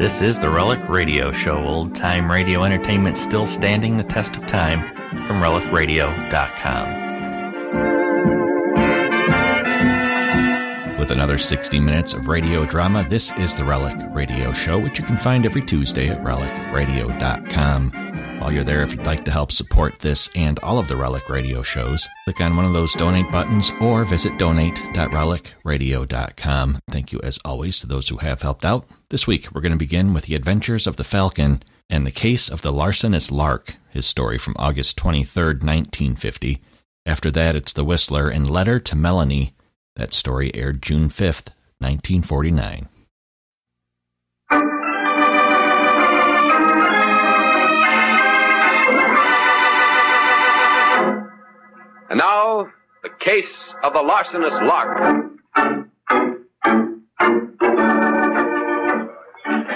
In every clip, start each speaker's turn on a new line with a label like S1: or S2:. S1: This is the Relic Radio Show, old time radio entertainment still standing the test of time from relicradio.com.
S2: With another 60 minutes of radio drama, this is the Relic Radio Show, which you can find every Tuesday at relicradio.com. While you're there, if you'd like to help support this and all of the Relic Radio shows, click on one of those donate buttons or visit donate.relicradio.com. Thank you, as always, to those who have helped out. This week, we're going to begin with the adventures of the Falcon and the case of the larcenous Lark, his story from August 23rd, 1950. After that, it's The Whistler and Letter to Melanie. That story aired June 5th, 1949.
S3: And now, the case of the larcenous lark.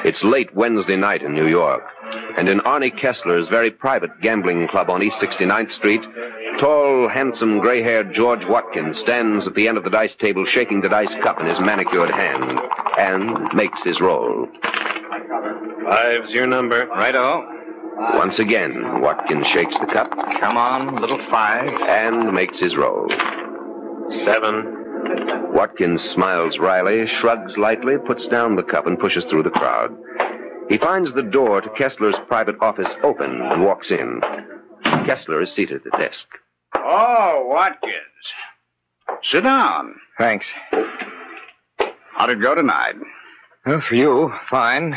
S3: It's late Wednesday night in New York, and in Arnie Kessler's very private gambling club on East 69th Street, tall, handsome, gray haired George Watkins stands at the end of the dice table shaking the dice cup in his manicured hand and makes his roll.
S4: Five's your number. Righto.
S3: Once again, Watkins shakes the cup. Come on, little five. And makes his roll.
S4: Seven.
S3: Watkins smiles wryly, shrugs lightly, puts down the cup, and pushes through the crowd. He finds the door to Kessler's private office open and walks in. Kessler is seated at the desk.
S5: Oh, Watkins. Sit down. Thanks. How'd it go tonight?
S6: Well, for you, fine.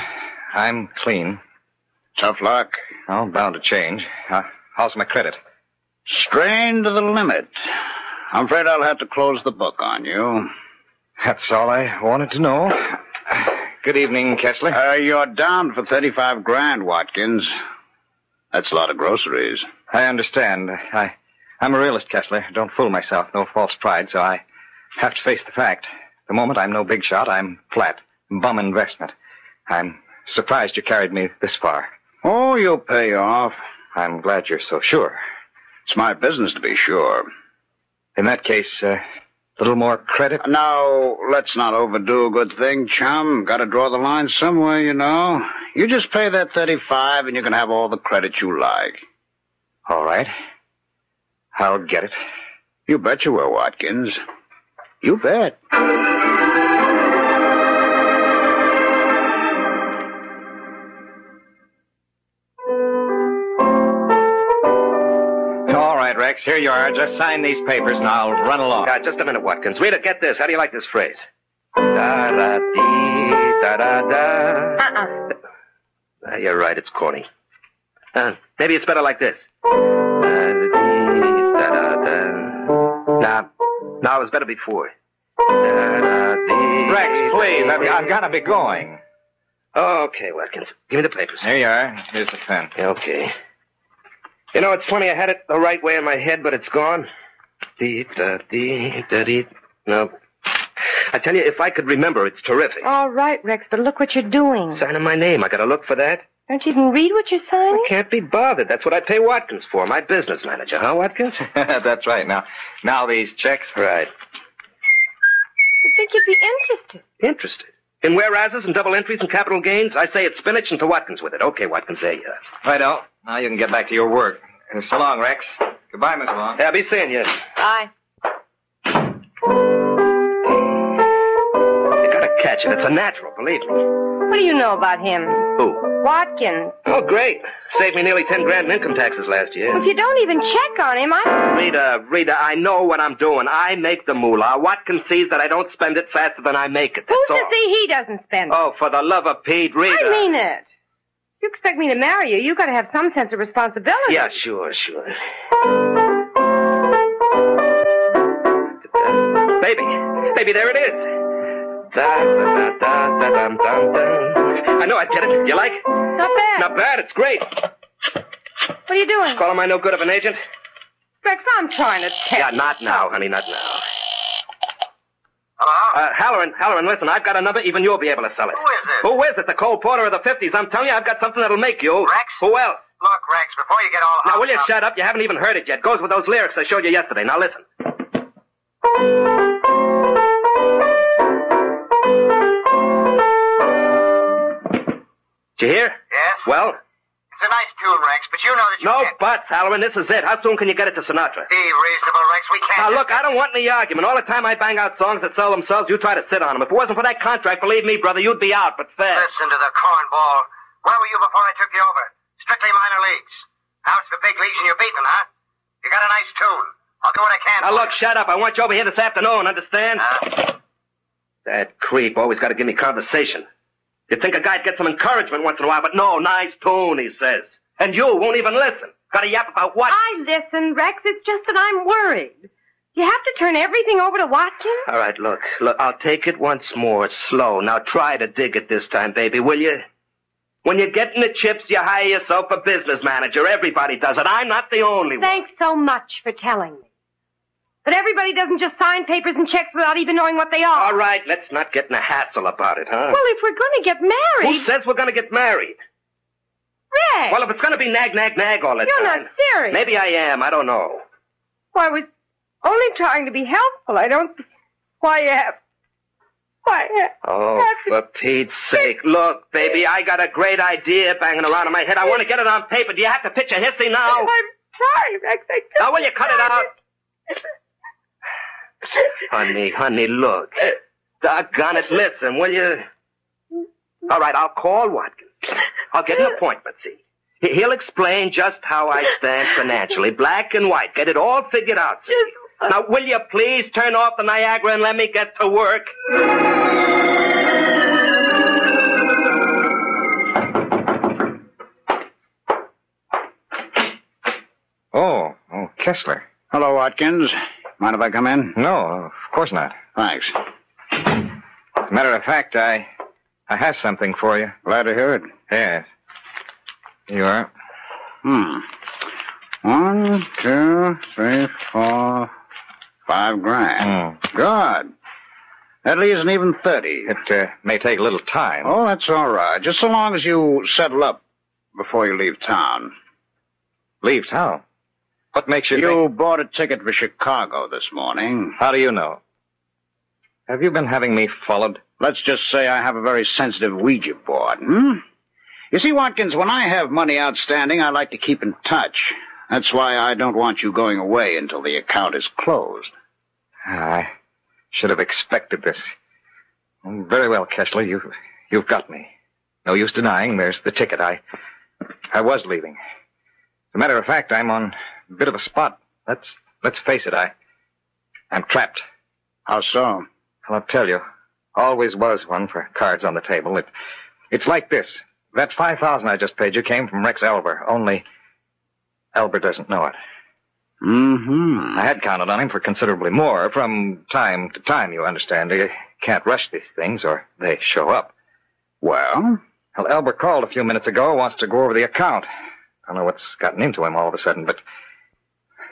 S6: I'm clean.
S5: Tough luck.
S6: Oh, bound to change. Uh, how's my credit?
S5: Strained to the limit. I'm afraid I'll have to close the book on you.
S6: That's all I wanted to know. Good evening, Kessler.
S5: Uh, you're down for 35 grand, Watkins. That's a lot of groceries.
S6: I understand. I, I'm a realist, Kessler. Don't fool myself. No false pride, so I have to face the fact. The moment I'm no big shot, I'm flat. Bum investment. I'm surprised you carried me this far.
S5: Oh, you'll pay off.
S6: I'm glad you're so sure.
S5: It's my business to be sure.
S6: In that case, uh, a little more credit.
S5: Now, let's not overdo a good thing, chum. Gotta draw the line somewhere, you know. You just pay that 35 and you can have all the credit you like.
S6: All right. I'll get it.
S5: You bet you will, Watkins. You bet.
S6: All right, Rex. Here you are. Just sign these papers, and I'll run along.
S7: Uh, just a minute, Watkins. Rita, get this. How do you like this phrase? Da da dee da da da.
S8: Uh-uh.
S7: Uh, you're right. It's corny. Uh, maybe it's better like this. Da-da-dee, da-da-da. Now, now it was better before. Da-da-dee,
S6: Rex, please. I've, I've got to be going.
S7: Okay, Watkins. Give me the papers.
S6: Here you are. Here's the pen.
S7: Okay. You know, it's funny. I had it the right way in my head, but it's gone. Dee da dee da dee. No. I tell you, if I could remember, it's terrific.
S6: Oh.
S8: All right, Rex, but look what you're doing.
S7: Signing my name. I gotta look for that.
S8: Don't you even read what you're
S7: I
S8: signing?
S7: can't be bothered. That's what I pay Watkins for, my business manager, huh, Watkins?
S6: That's right. Now, now these checks.
S7: Right.
S8: You'd think you'd be interested.
S7: Interested. In whereases and double entries and capital gains, I say it's spinach and to Watkins with it. Okay, Watkins, there you are.
S6: Righto. oh, Now you can get back to your work. Uh, So long, Rex. Goodbye, Miss Long.
S7: Yeah, be seeing you.
S8: Aye.
S7: You gotta catch it. It's a natural, believe me.
S8: What do you know about him?
S7: Who?
S8: Watkins.
S7: Oh, great. Saved me nearly ten grand in income taxes last year.
S8: If you don't even check on him, I.
S7: Rita, Rita, I know what I'm doing. I make the moolah. Watkins sees that I don't spend it faster than I make it. That's
S8: Who's to
S7: all.
S8: see he doesn't spend? it?
S7: Oh, for the love of Pete, Rita.
S8: I mean it. You expect me to marry you? You got to have some sense of responsibility.
S7: Yeah, sure, sure. Baby, baby, there it is. Da, da, da, da, da, dum, dum, dum. I know I'd get it. You like?
S8: Not bad.
S7: Not bad. It's great.
S8: What are you doing?
S7: Call am I no good of an agent?
S8: Rex, I'm trying to tell
S7: Yeah,
S8: you.
S7: not now, honey, not now.
S9: Uh-huh.
S7: Hello? Uh, Halloran, Halloran, listen, I've got a number. Even you'll be able to sell it. Who is it? Who is it? The Cole Porter of the 50s. I'm telling you, I've got something that'll make you. Rex? Who else?
S9: Look, Rex, before you get all
S7: Now, will you shut up? You haven't even heard it yet. Goes with those lyrics I showed you yesterday. Now, listen. Did you hear?
S9: Yes?
S7: Well,
S9: It's a nice tune, Rex, but you know that you
S7: no
S9: can't
S7: buts, Halloran. This is it. How soon can you get it to Sinatra?
S9: be reasonable, Rex. We
S7: Now,
S9: can't.
S7: look, I don't want any argument. All the time I bang out songs that sell themselves, you try to sit on them. If it wasn't for that contract, believe me, brother, you'd be out, but fair.
S9: Listen to the cornball. Where were you before I took you over? Strictly minor leagues. Now it's the big leagues and you're beating, huh? You got a nice tune. I'll do what I can.
S7: Now, look, shut up. I Uh. want you over here this afternoon, understand? That creep always got to give me conversation. You'd think a guy'd get some encouragement once in a while, but no, nice tune, he says. And you won't even listen. Got to yap about what?
S8: I listen, Rex. It's just that I'm worried. You have to turn everything over to Watkins?
S7: All right, look, look, I'll take it once more, slow. Now try to dig it this time, baby, will you? When you get in the chips, you hire yourself a business manager. Everybody does it. I'm not the only one.
S8: Thanks so much for telling me. But everybody doesn't just sign papers and checks without even knowing what they are.
S7: All right, let's not get in a hassle about it, huh?
S8: Well, if we're going to get married,
S7: Who says we're gonna get married?
S8: Rex,
S7: Well, if it's gonna be nag, nag, nag all the
S8: you're
S7: time.
S8: not serious.
S7: Maybe I am. I don't know.
S8: Why, I was only trying to be helpful. I don't. Why you have? Why you have?
S7: Oh, for Pete's sake. Look, baby, I got a great idea banging around in my head. I want to get it on paper. Do you have to pitch a hissy now?
S8: I'm sorry, Rex. I just
S7: Now, will you cut it out? honey, honey, look. Doggone it, listen, will you? All right, I'll call Watkins. I'll get an appointment, see? He- He'll explain just how I stand financially, black and white. Get it all figured out, see? Now, will you please turn off the Niagara and let me get to work?
S10: Uh-uh.
S6: Oh, oh, Kessler.
S5: Hello, Watkins. Mind if I come in?
S6: No, of course not.
S5: Thanks.
S6: As a matter of fact, I, I have something for you.
S5: Glad to hear it.
S6: Yes. Here you are.
S5: Hmm. One, two, three, four, five grand.
S6: Mm.
S5: Good. That leaves an even 30.
S6: It uh, may take a little time.
S5: Oh, that's all right. Just so long as you settle up before you leave town.
S6: Leave town. What makes you, think?
S5: You bought a ticket for Chicago this morning.
S6: How do you know? Have you been having me followed?
S5: Let's just say I have a very sensitive Ouija board, hmm? You see, Watkins, when I have money outstanding, I like to keep in touch. That's why I don't want you going away until the account is closed.
S6: I should have expected this. Mm, Very well, Kessler. You, you've got me. No use denying. There's the ticket. I, I was leaving. As a matter of fact, I'm on a bit of a spot. Let's let's face it. I, I'm trapped.
S5: How so?
S6: I'll tell you. Always was one for cards on the table. It, it's like this. That five thousand I just paid you came from Rex Elber. Only, Elber doesn't know it.
S5: Mm-hmm.
S6: I had counted on him for considerably more from time to time, you understand. You can't rush these things or they show up.
S5: Well,
S6: Well, Elber called a few minutes ago, wants to go over the account. Don't know what's gotten into him all of a sudden, but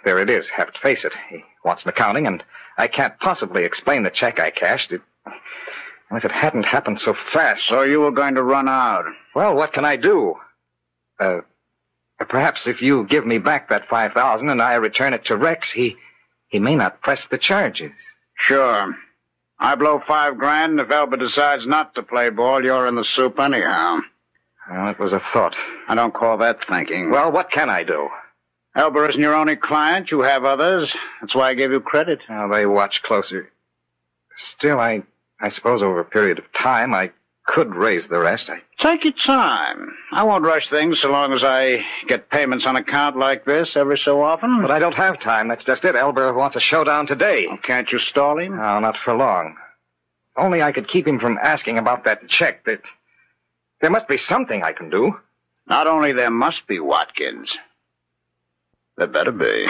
S6: there it is. Have to face it. He wants an accounting, and I can't possibly explain the check I cashed. It, and if it hadn't happened so fast,
S5: so you were going to run out.
S6: well, what can I do? Uh, perhaps if you give me back that five thousand and I return it to Rex, he he may not press the charges.
S5: Sure. I blow five grand, and if Elba decides not to play ball, you're in the soup anyhow.
S6: Well, it was a thought.
S5: I don't call that thinking.
S6: Well, what can I do?
S5: Elba isn't your only client. You have others. That's why I gave you credit.
S6: Now they watch closer. Still, I, I suppose over a period of time I could raise the rest. I,
S5: Take your time. I won't rush things so long as I get payments on account like this every so often.
S6: but
S5: But
S6: I don't have time. That's just it. Elber wants a showdown today.
S5: I... Oh, Can't you stall him?
S6: No, not for long. Only I could keep him from asking about that check. That there must be something I can do.
S5: Not only there must be Watkins. There better be.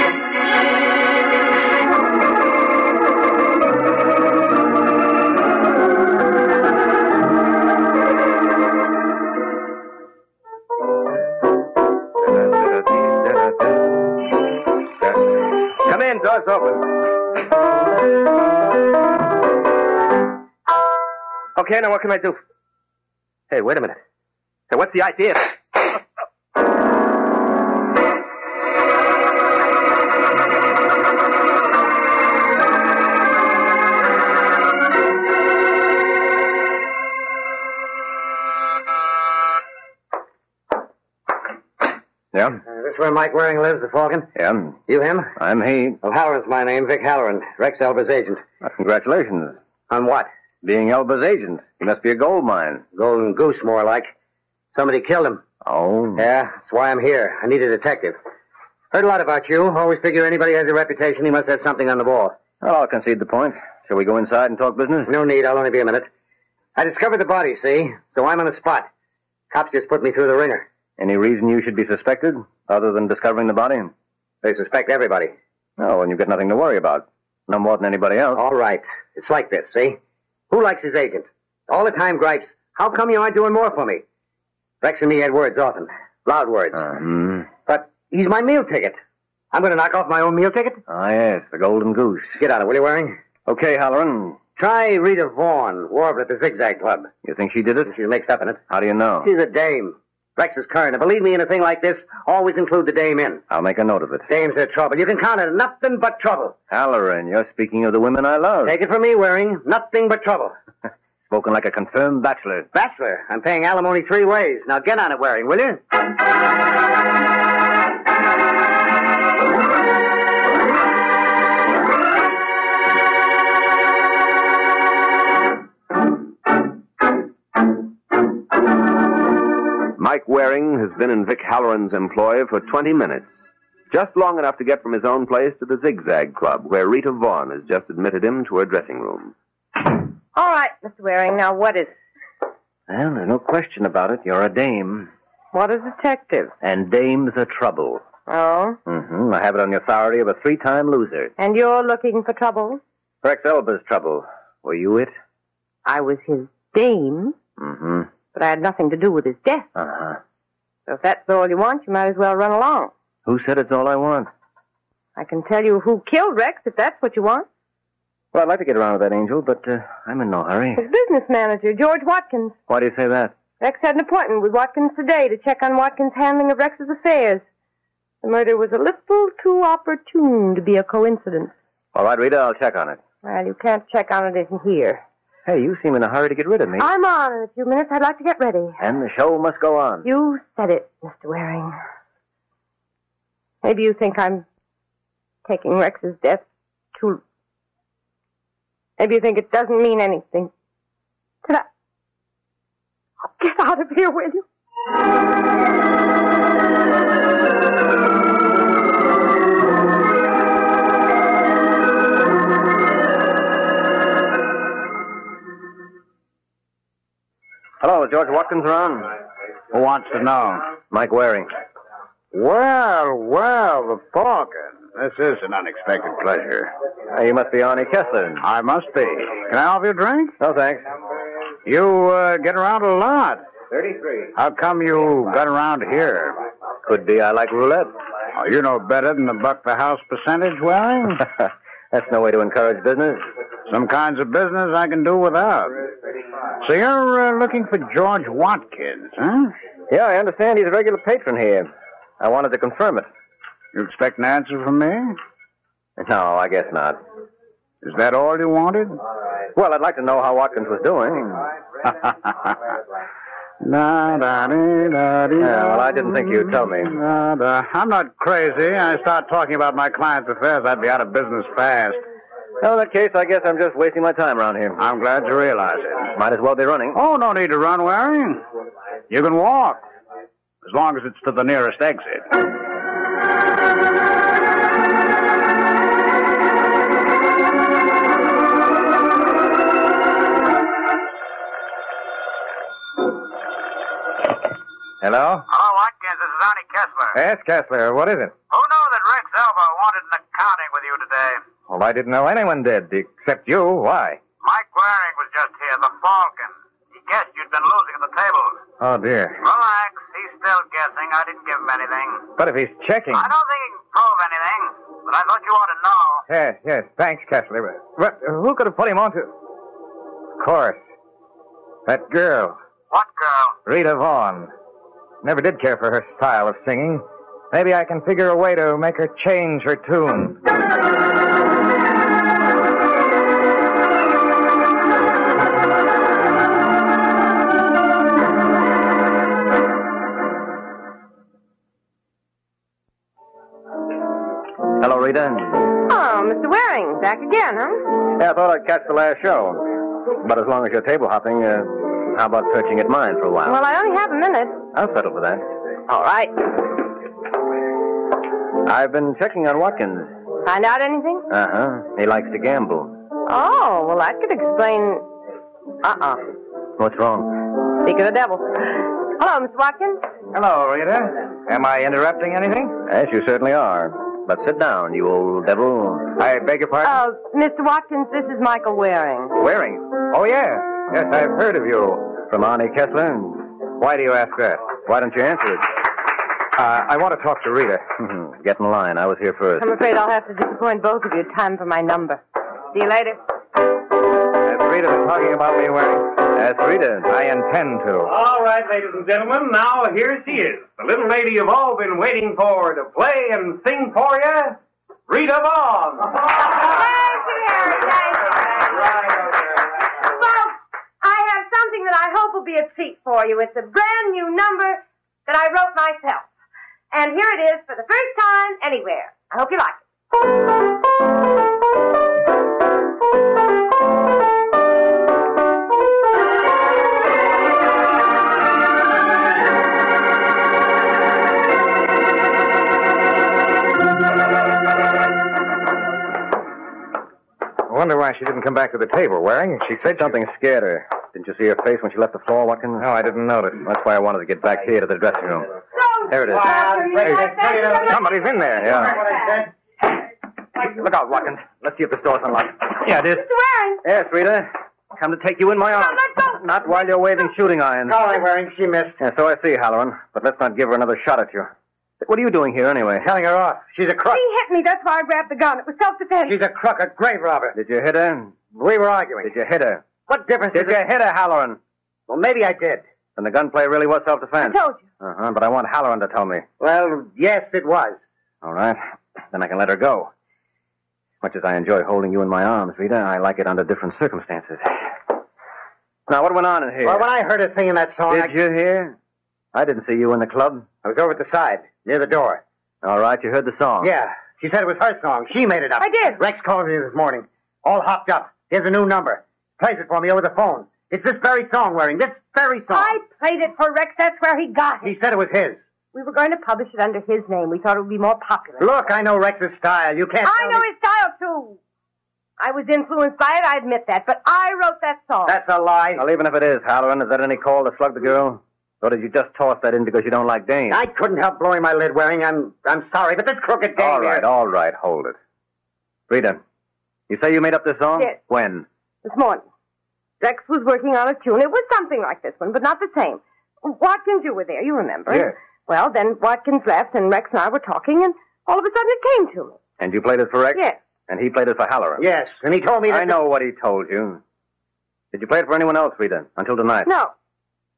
S7: Come in, door's open. Okay, now what can I do? Hey, wait a minute. Hey, what's the idea?
S11: this Uh, where Mike Waring lives, the Falcon?
S12: Yeah.
S11: You him?
S12: I'm he.
S11: Well, Halloran's my name, Vic Halloran, Rex Elba's agent.
S12: Congratulations.
S11: On what?
S12: Being Elba's agent. You must be a gold mine.
S11: Golden goose, more like. Somebody killed him.
S12: Oh.
S11: Yeah, that's why I'm here. I need a detective. Heard a lot about you. Always figure anybody has a reputation, he must have something on the ball.
S12: Well, I'll concede the point. Shall we go inside and talk business?
S11: No need. I'll only be a minute. I discovered the body, see? So I'm on the spot. Cops just put me through the ringer.
S12: Any reason you should be suspected, other than discovering the body?
S11: They suspect everybody.
S12: No, and you've got nothing to worry about. No more than anybody else.
S11: All right. It's like this, see? Who likes his agent? All the time gripes. How come you aren't doing more for me? Rex and me had words often. Loud words.
S12: Hmm.
S11: But he's my meal ticket. I'm going to knock off my own meal ticket.
S12: Ah, yes, the golden goose.
S11: Get out of it, will you, Waring?
S12: Okay, Halloran.
S11: Try Rita Vaughn, warbler at the Zigzag Club.
S12: You think she did it?
S11: She's mixed up in it.
S12: How do you know?
S11: She's a dame. Rex is current. And believe me, in a thing like this, always include the dame in.
S12: I'll make a note of it.
S11: Dames are trouble. You can count it. Nothing but trouble.
S12: Halloran, you're speaking of the women I love.
S11: Take it from me, Waring. Nothing but trouble.
S12: Spoken like a confirmed bachelor.
S11: Bachelor, I'm paying alimony three ways. Now get on it, Waring, will you?
S3: Mike Waring has been in Vic Halloran's employ for 20 minutes, just long enough to get from his own place to the Zigzag Club, where Rita Vaughn has just admitted him to her dressing room.
S13: All right, Mr. Waring, now what is
S12: Well, there's no question about it. You're a dame.
S13: What a detective.
S12: And dames are trouble.
S13: Oh?
S12: Mm-hmm. I have it on the authority of a three-time loser.
S13: And you're looking for trouble?
S12: Rex Elba's trouble. Were you it?
S13: I was his dame,
S12: Mm-hmm.
S13: but I had nothing to do with his death.
S12: Uh-huh.
S13: So if that's all you want, you might as well run along.
S12: Who said it's all I want?
S13: I can tell you who killed Rex if that's what you want.
S12: Well, I'd like to get around with that angel, but uh, I'm in no hurry.
S13: His business manager, George Watkins.
S12: Why do you say that?
S13: Rex had an appointment with Watkins today to check on Watkins' handling of Rex's affairs. The murder was a little too opportune to be a coincidence.
S12: All right, Rita, I'll check on it.
S13: Well, you can't check on it in here.
S12: Hey, you seem in a hurry to get rid of me.
S13: I'm on in a few minutes. I'd like to get ready.
S12: And the show must go on.
S13: You said it, Mr. Waring. Maybe you think I'm taking Rex's death too. Maybe you think it doesn't mean anything. Did I? Oh, get out of here, will you?
S12: Hello, is George Watkins around?
S5: Who wants to know?
S12: Mike Waring.
S5: Well, well, the Falcon. This is an unexpected pleasure.
S12: Uh, you must be Arnie Kessler.
S5: I must be. Can I offer you a drink?
S12: No, thanks.
S5: You uh, get around a lot.
S14: 33.
S5: How come you got around here?
S12: Could be I like roulette.
S5: Oh, you know better than the buck the house percentage, Waring.
S12: That's no way to encourage business.
S5: Some kinds of business I can do without. So you're uh, looking for George Watkins, huh?
S12: Yeah, I understand he's a regular patron here. I wanted to confirm it.
S5: You expect an answer from me?
S12: No, I guess not.
S5: Is that all you wanted?
S12: Well, I'd like to know how Watkins was doing.
S5: Da, da, dee, da, dee,
S12: Yeah, well, I didn't think you'd tell me.
S5: da, da. uh, I'm not crazy. I start talking about my client's affairs, I'd be out of business fast.
S12: Well, in that case, I guess I'm just wasting my time around here.
S5: I'm glad you realize it.
S12: Might as well be running.
S5: Oh, no need to run, Waring. You can walk, as long as it's to the nearest exit.
S6: Oh,
S12: Hello?
S6: Hello, Watkins. This is Arnie Kessler.
S12: Yes, Kessler. What is it?
S6: Who knew that Rex Elba wanted an accounting with you today?
S12: Well, I didn't know anyone did, except you. Why?
S6: Mike Waring was just here, the Falcon. He guessed you'd been losing at the tables.
S12: Oh, dear.
S6: Relax. He's still guessing. I didn't give him anything.
S12: But if he's checking.
S6: I don't think he can prove anything, but I thought you ought to know.
S12: Yes, yes. Thanks, Kessler. But, but who could have put him on to. Of course. That girl,
S6: What girl?
S12: Rita Vaughn. Never did care for her style of singing. Maybe I can figure a way to make her change her tune.
S13: Oh,
S12: Hello, Rita.
S13: Oh, Mr. Waring, back again, huh?
S12: Yeah, I thought I'd catch the last show. But as long as you're table hopping, uh, how about perching at mine for a while?
S13: Well, I only have a minute.
S12: I'll settle with that.
S13: All right.
S12: I've been checking on Watkins.
S13: Find out anything?
S12: Uh huh. He likes to gamble.
S13: Oh, well, that could explain. Uh uh
S12: What's wrong?
S13: Speak of the devil. Hello, Miss Watkins.
S6: Hello, Rita. Am I interrupting anything?
S12: Yes, you certainly are. But sit down, you old devil.
S6: I beg your pardon?
S13: Oh, Mr. Watkins, this is Michael Waring.
S6: Waring. Oh, yes. Yes, I've heard of you.
S12: From Arnie Kessler?
S6: Why do you ask that?
S12: Why don't you answer it?
S6: Uh, I want to talk to Rita.
S12: Get in line. I was here first.
S13: I'm afraid I'll have to disappoint both of you. Time for my number. See you later.
S6: That's Rita that's talking about me, Waring.
S12: That's Rita.
S6: I intend to.
S5: All right, ladies and gentlemen, now here she is, the little lady you've all been waiting for to play and sing for you, Rita Vaughn.
S13: Folks, I have something that I hope will be a treat for you. It's a brand new number that I wrote myself. And here it is for the first time anywhere. I hope you like it.
S6: I wonder why she didn't come back to the table, Waring. She said something scared her.
S12: Didn't you see her face when she left the floor, Watkins?
S6: No, I didn't notice.
S12: That's why I wanted to get back here to the dressing room. There it is.
S6: Hey, somebody's in there.
S12: Yeah. Look out, Watkins. Let's see if this door's unlocked.
S6: Yeah, it is.
S13: Mr. Waring,
S12: Yes, Rita. Come to take you in my arms. Not while you're waving shooting irons.
S11: All right, Waring, she missed.
S12: Yeah, so I see, Halloran. But let's not give her another shot at you. What are you doing here, anyway?
S11: Telling her off. She's a crook.
S13: he hit me. That's why I grabbed the gun. It was self-defense.
S11: She's a crook, a grave robber.
S12: Did you hit her?
S11: We were arguing.
S12: Did you hit her?
S11: What difference
S12: Did
S11: does
S12: you
S11: it...
S12: hit her, Halloran?
S11: Well, maybe I did.
S12: And the gunplay really was self-defense.
S13: I told you.
S12: Uh-huh, but I want Halloran to tell me.
S11: Well, yes, it was.
S12: All right. Then I can let her go. Much as I enjoy holding you in my arms, Rita, I like it under different circumstances. Now, what went on in here?
S11: Well, when I heard her singing that song,
S12: Did you hear? I didn't see you in the club.
S11: I... I was over at the side, near the door.
S12: All right, you heard the song.
S11: Yeah, she said it was her song. She made it up.
S13: I did.
S11: Rex called me this morning, all hopped up. Here's a new number. Plays it for me over the phone. It's this very song, Waring. This very song.
S13: I played it for Rex. That's where he got it.
S11: He said it was his.
S13: We were going to publish it under his name. We thought it would be more popular.
S11: Look, I know Rex's style. You can't.
S13: I
S11: tell
S13: know
S11: me-
S13: his style, too. I was influenced by it, I admit that, but I wrote that song.
S11: That's a lie.
S12: Well, even if it is, Halloran, is that any call to slug the girl? Or did you just toss that in because you don't like Dane?
S11: I couldn't help blowing my lid, Waring. I'm I'm sorry, but this crooked game.
S12: All right,
S11: here-
S12: all right, hold it. Rita, you say you made up this song?
S13: Yes.
S12: When?
S13: This morning. Rex was working on a tune. It was something like this one, but not the same. Watkins, you were there, you remember.
S12: Yes.
S13: Well, then Watkins left, and Rex and I were talking, and all of a sudden it came to me.
S12: And you played it for Rex?
S13: Yes.
S12: And he played it for Halloran?
S11: Yes, and he told me that.
S12: I know what he told you. Did you play it for anyone else, Rita, until tonight?
S13: No.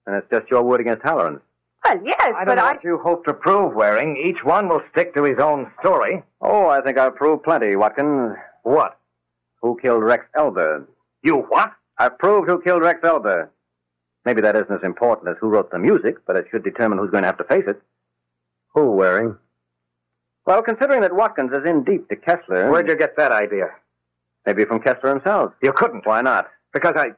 S12: And it's just your word against Halloran's.
S13: Well, yes,
S6: I don't
S13: but
S6: know
S13: I.
S6: what you hope to prove, Waring. Each one will stick to his own story.
S12: Oh, I think I've proved plenty, Watkins.
S6: What?
S12: Who killed Rex Elder?
S6: You what?
S12: I've proved who killed Rex Elder. Maybe that isn't as important as who wrote the music, but it should determine who's going to have to face it.
S11: Who, Waring?
S12: Well, considering that Watkins is in deep to Kessler.
S6: Where'd you get that idea?
S12: Maybe from Kessler himself.
S6: You couldn't.
S12: Why not?
S6: Because I.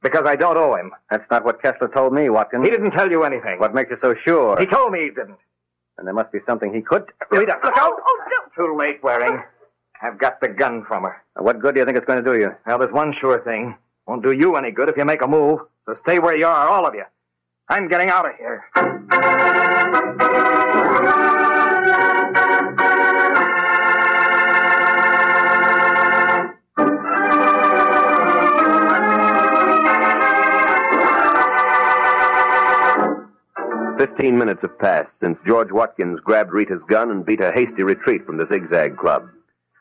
S6: Because I don't owe him.
S12: That's not what Kessler told me, Watkins.
S6: He didn't tell you anything.
S12: What makes you so sure?
S6: He told me he didn't.
S12: And there must be something he could.
S6: Rita, look out!
S13: Oh, oh, no.
S6: Too late, Waring. I've got the gun from her.
S12: Now, What good do you think it's going to do you?
S6: Well, there's one sure thing. Won't do you any good if you make a move. So stay where you are, all of you. I'm getting out of here.
S3: Fifteen minutes have passed since George Watkins grabbed Rita's gun and beat a hasty retreat from the Zigzag Club.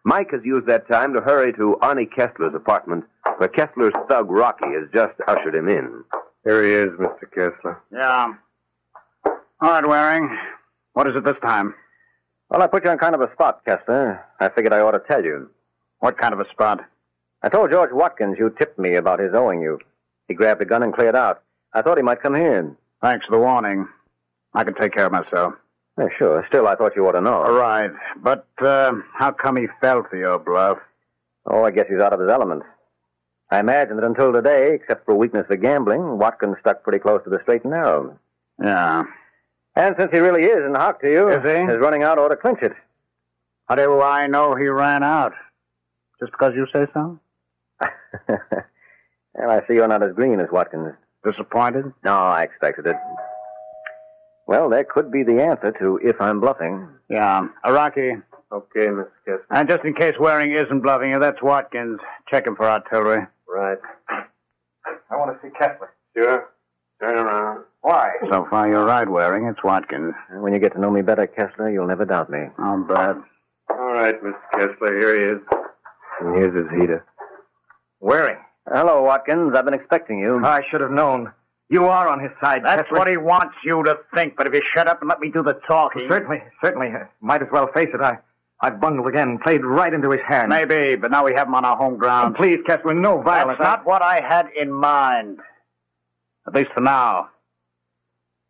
S3: Mike has used that time to hurry to Arnie Kessler's apartment, where Kessler's thug Rocky has just ushered him in.
S15: Here he is, Mr. Kessler.
S16: Yeah. All right, Waring. What is it this time?
S12: Well, I put you on kind of a spot, Kessler. I figured I ought to tell you.
S16: What kind of a spot?
S12: I told George Watkins you tipped me about his owing you. He grabbed a gun and cleared out. I thought he might come here.
S16: Thanks for the warning. I can take care of myself.
S12: Yeah, sure. Still, I thought you ought to know.
S5: All right. But uh, how come he fell for your bluff?
S12: Oh, I guess he's out of his element. I imagine that until today, except for weakness for gambling, Watkins stuck pretty close to the straight and narrow.
S5: Yeah.
S12: And since he really is in the hock to you,
S5: Is he?
S12: his running out ought to clinch it.
S5: How do I know he ran out? Just because you say so?
S12: Well, I see you're not as green as Watkins.
S5: Disappointed?
S12: No, I expected it. Well, there could be the answer to if I'm bluffing.
S5: Yeah. Araki,
S17: Okay, Mr. Kessler.
S5: Uh, and just in case Waring isn't bluffing you, that's Watkins. Check him for artillery.
S17: Right.
S13: I want to see Kessler.
S17: Sure. Turn around.
S13: Why?
S5: So far, you're right, Waring. It's Watkins.
S12: And when you get to know me better, Kessler, you'll never doubt me.
S5: Oh, Brad.
S17: All right, Mr. Kessler, here he is. And here's his heater.
S12: Waring. Hello, Watkins. I've been expecting you.
S6: I should have known. You are on his side,
S5: That's
S6: Kessler.
S5: what he wants you to think, but if you shut up and let me do the talking.
S6: Certainly, certainly. uh, Might as well face it. I, I bungled again, played right into his hand.
S5: Maybe, but now we have him on our home
S6: Oh,
S5: ground.
S6: please, Kessler, no violence.
S5: Oh, That's not what I had in mind. At least for now.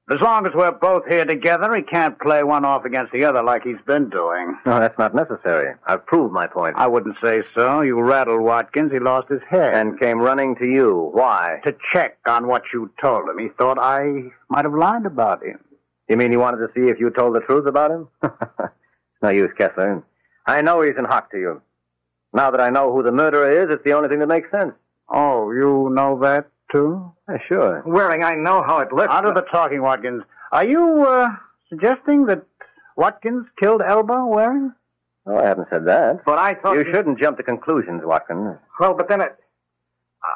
S5: But as long as we're both here together, he can't play one off against the other like he's been doing.
S12: No, that's not necessary. I've proved my point.
S5: I wouldn't say so. You rattled Watkins. He lost his head.
S12: And came running to you. Why?
S5: to check on what you told him, he thought I might have lied about him.
S12: You mean he wanted to see if you told the truth about him? no use, Kessler. I know he's in hock to you. Now that I know who the murderer is, it's the only thing that makes sense.
S5: Oh, you know that too?
S12: Yeah, sure.
S6: Waring, I know how it looks.
S5: Out of the talking, Watkins. Are you uh, suggesting that Watkins killed Elba Waring?
S12: Oh, I haven't said that.
S6: But I thought
S12: You shouldn't jump to conclusions, Watkins.
S6: Well, but then it.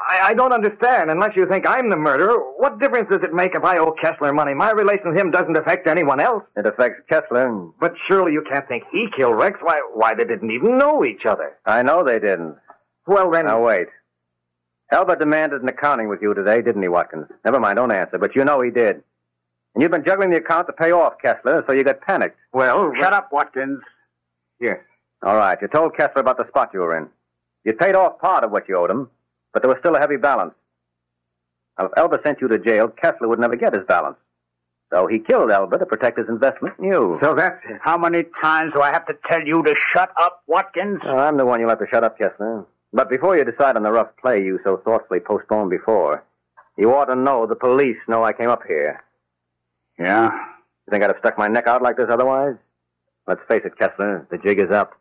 S6: I, I don't understand. Unless you think I'm the murderer, what difference does it make if I owe Kessler money? My relation with him doesn't affect anyone else.
S12: It affects Kessler. and
S6: But surely you can't think he killed Rex. Why? Why they didn't even know each other?
S12: I know they didn't.
S6: Well then,
S12: Now, wait. Elba demanded an accounting with you today, didn't he, Watkins? Never mind, don't answer, but you know he did. And you've been juggling the account to pay off Kessler, so you got panicked.
S6: well,
S5: Shut up, Watkins.
S12: All right, you told Kessler about the spot you were in. You paid off part of what you owed him, but there was still a heavy balance. Now, if Elba sent you to jail, Kessler would never get his balance. So he killed Elba to protect his investment in you.
S6: So that's it.
S5: How many times do I have to tell you to shut up, Watkins?
S12: Oh, I'm the one you'll have to shut up, Kessler. But before you decide on the rough play you so thoughtfully postponed before, you ought to know the police know I came up here.
S5: Yeah.
S12: You think I'd have stuck my neck out like this otherwise? Let's face it, Kessler, the jig is up.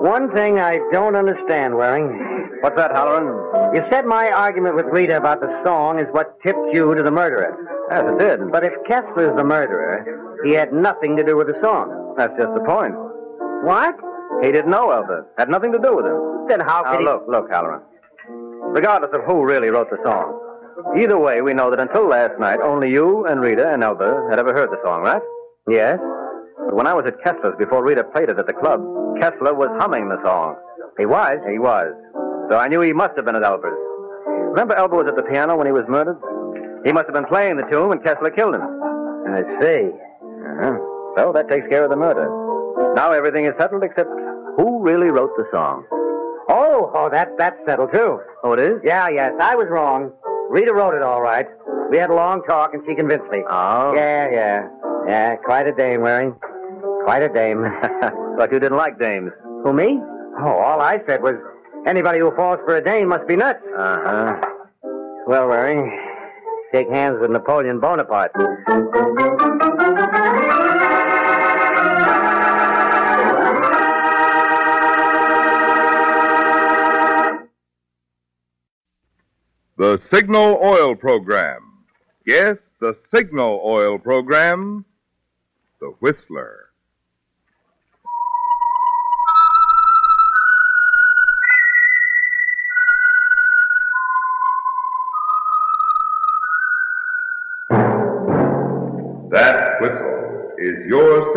S11: One thing I don't understand, Waring.
S12: What's that, Halloran?
S11: You said my argument with Rita about the song is what tipped you to the murderer.
S12: Yes, it did. But
S11: But if Kessler's the murderer, he had nothing to do with the song.
S12: that's just the point.
S11: What?
S12: He didn't know Elba. Had nothing to do with him.
S11: Then how
S12: Now,
S11: could he...
S12: look, look, Halloran. Regardless of who really wrote the song, either way, we know that until last night, only you and Rita and Elba had ever heard the song, right?
S11: Yes?
S12: But when I was at Kessler's before Rita played it at the club, Kessler was humming the song.
S11: He was.
S12: He was. So I knew he must have been at Elba's. Remember Elba was at the piano when he was murdered? He must have been playing the tune when Kessler killed him.
S11: I see.
S12: Uh-huh. So that takes care of the murder. Now everything is settled except who really wrote the song.
S11: Oh, oh, that, that's settled, too.
S12: Oh, it is?
S11: Yeah, yes, I was wrong. Rita wrote it all right. We had a long talk, and she convinced me.
S12: Oh.
S11: Yeah, yeah. Yeah, quite a dame, Waring. Quite a dame.
S12: but you didn't like dames.
S11: Who, me? Oh, all I said was anybody who falls for a dame must be nuts.
S12: Uh-huh.
S11: Well, Waring, shake hands with Napoleon Bonaparte.
S18: The Signal Oil Program. Yes, the Signal Oil Program. The Whistler. That whistle is your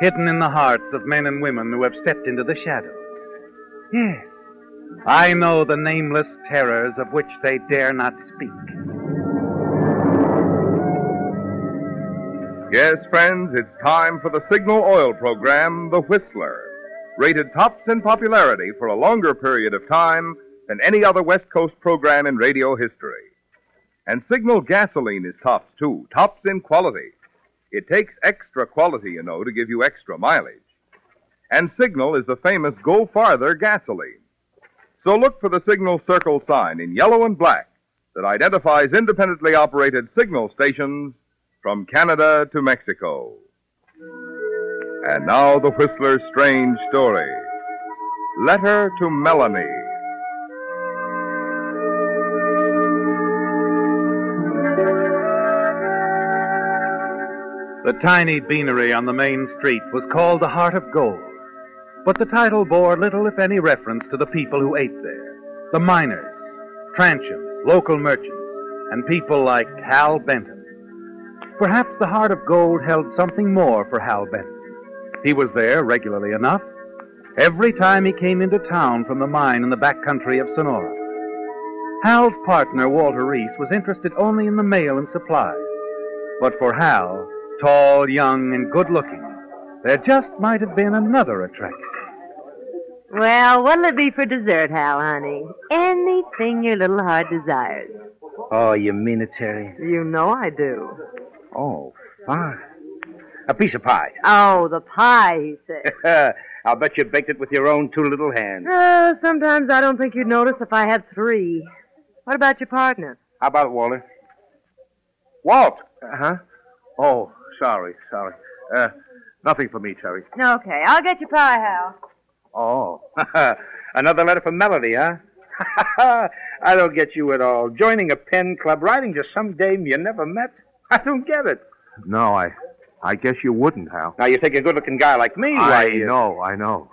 S10: hidden in the hearts of men and women who have stepped into the shadows. Yes, I know the nameless terrors of which they dare not speak.
S18: Yes, friends, it's time for the Signal Oil program, The Whistler. Rated tops in popularity for a longer period of time than any other West Coast program in radio history. And Signal gasoline is tops, too, tops in quality. It takes extra quality, you know, to give you extra mileage. And Signal is the famous Go Farther gasoline. So look for the Signal Circle sign in yellow and black that identifies independently operated signal stations from Canada to Mexico. And now the Whistler's strange story Letter to Melanie.
S10: The tiny beanery on the main street was called the Heart of Gold, but the title bore little, if any, reference to the people who ate there the miners, transients, local merchants, and people like Hal Benton. Perhaps the Heart of Gold held something more for Hal Benton. He was there regularly enough every time he came into town from the mine in the back country of Sonora. Hal's partner, Walter Reese, was interested only in the mail and supplies. But for Hal, tall, young, and good looking, there just might have been another attraction.
S19: Well, what'll it be for dessert, Hal, honey? Anything your little heart desires.
S20: Oh, you mean it, Terry?
S19: You know I do.
S20: Oh, fine. A piece of pie.
S19: Oh, the pie, he said.
S20: I'll bet you baked it with your own two little hands.
S19: Uh, sometimes I don't think you'd notice if I had three. What about your partner?
S20: How about it, Walter?
S17: Walt!
S20: Uh
S17: Uh-huh.
S20: huh.
S17: Oh, sorry, sorry. Uh, nothing for me, Terry.
S19: Okay, I'll get your pie, Hal.
S20: Oh, another letter from Melody, huh? I don't get you at all. Joining a pen club, writing to some dame you never met. I don't get it.
S17: No, I, I guess you wouldn't, Hal.
S20: Now you take a good-looking guy like me.
S17: I
S20: why, you-
S17: know, I know.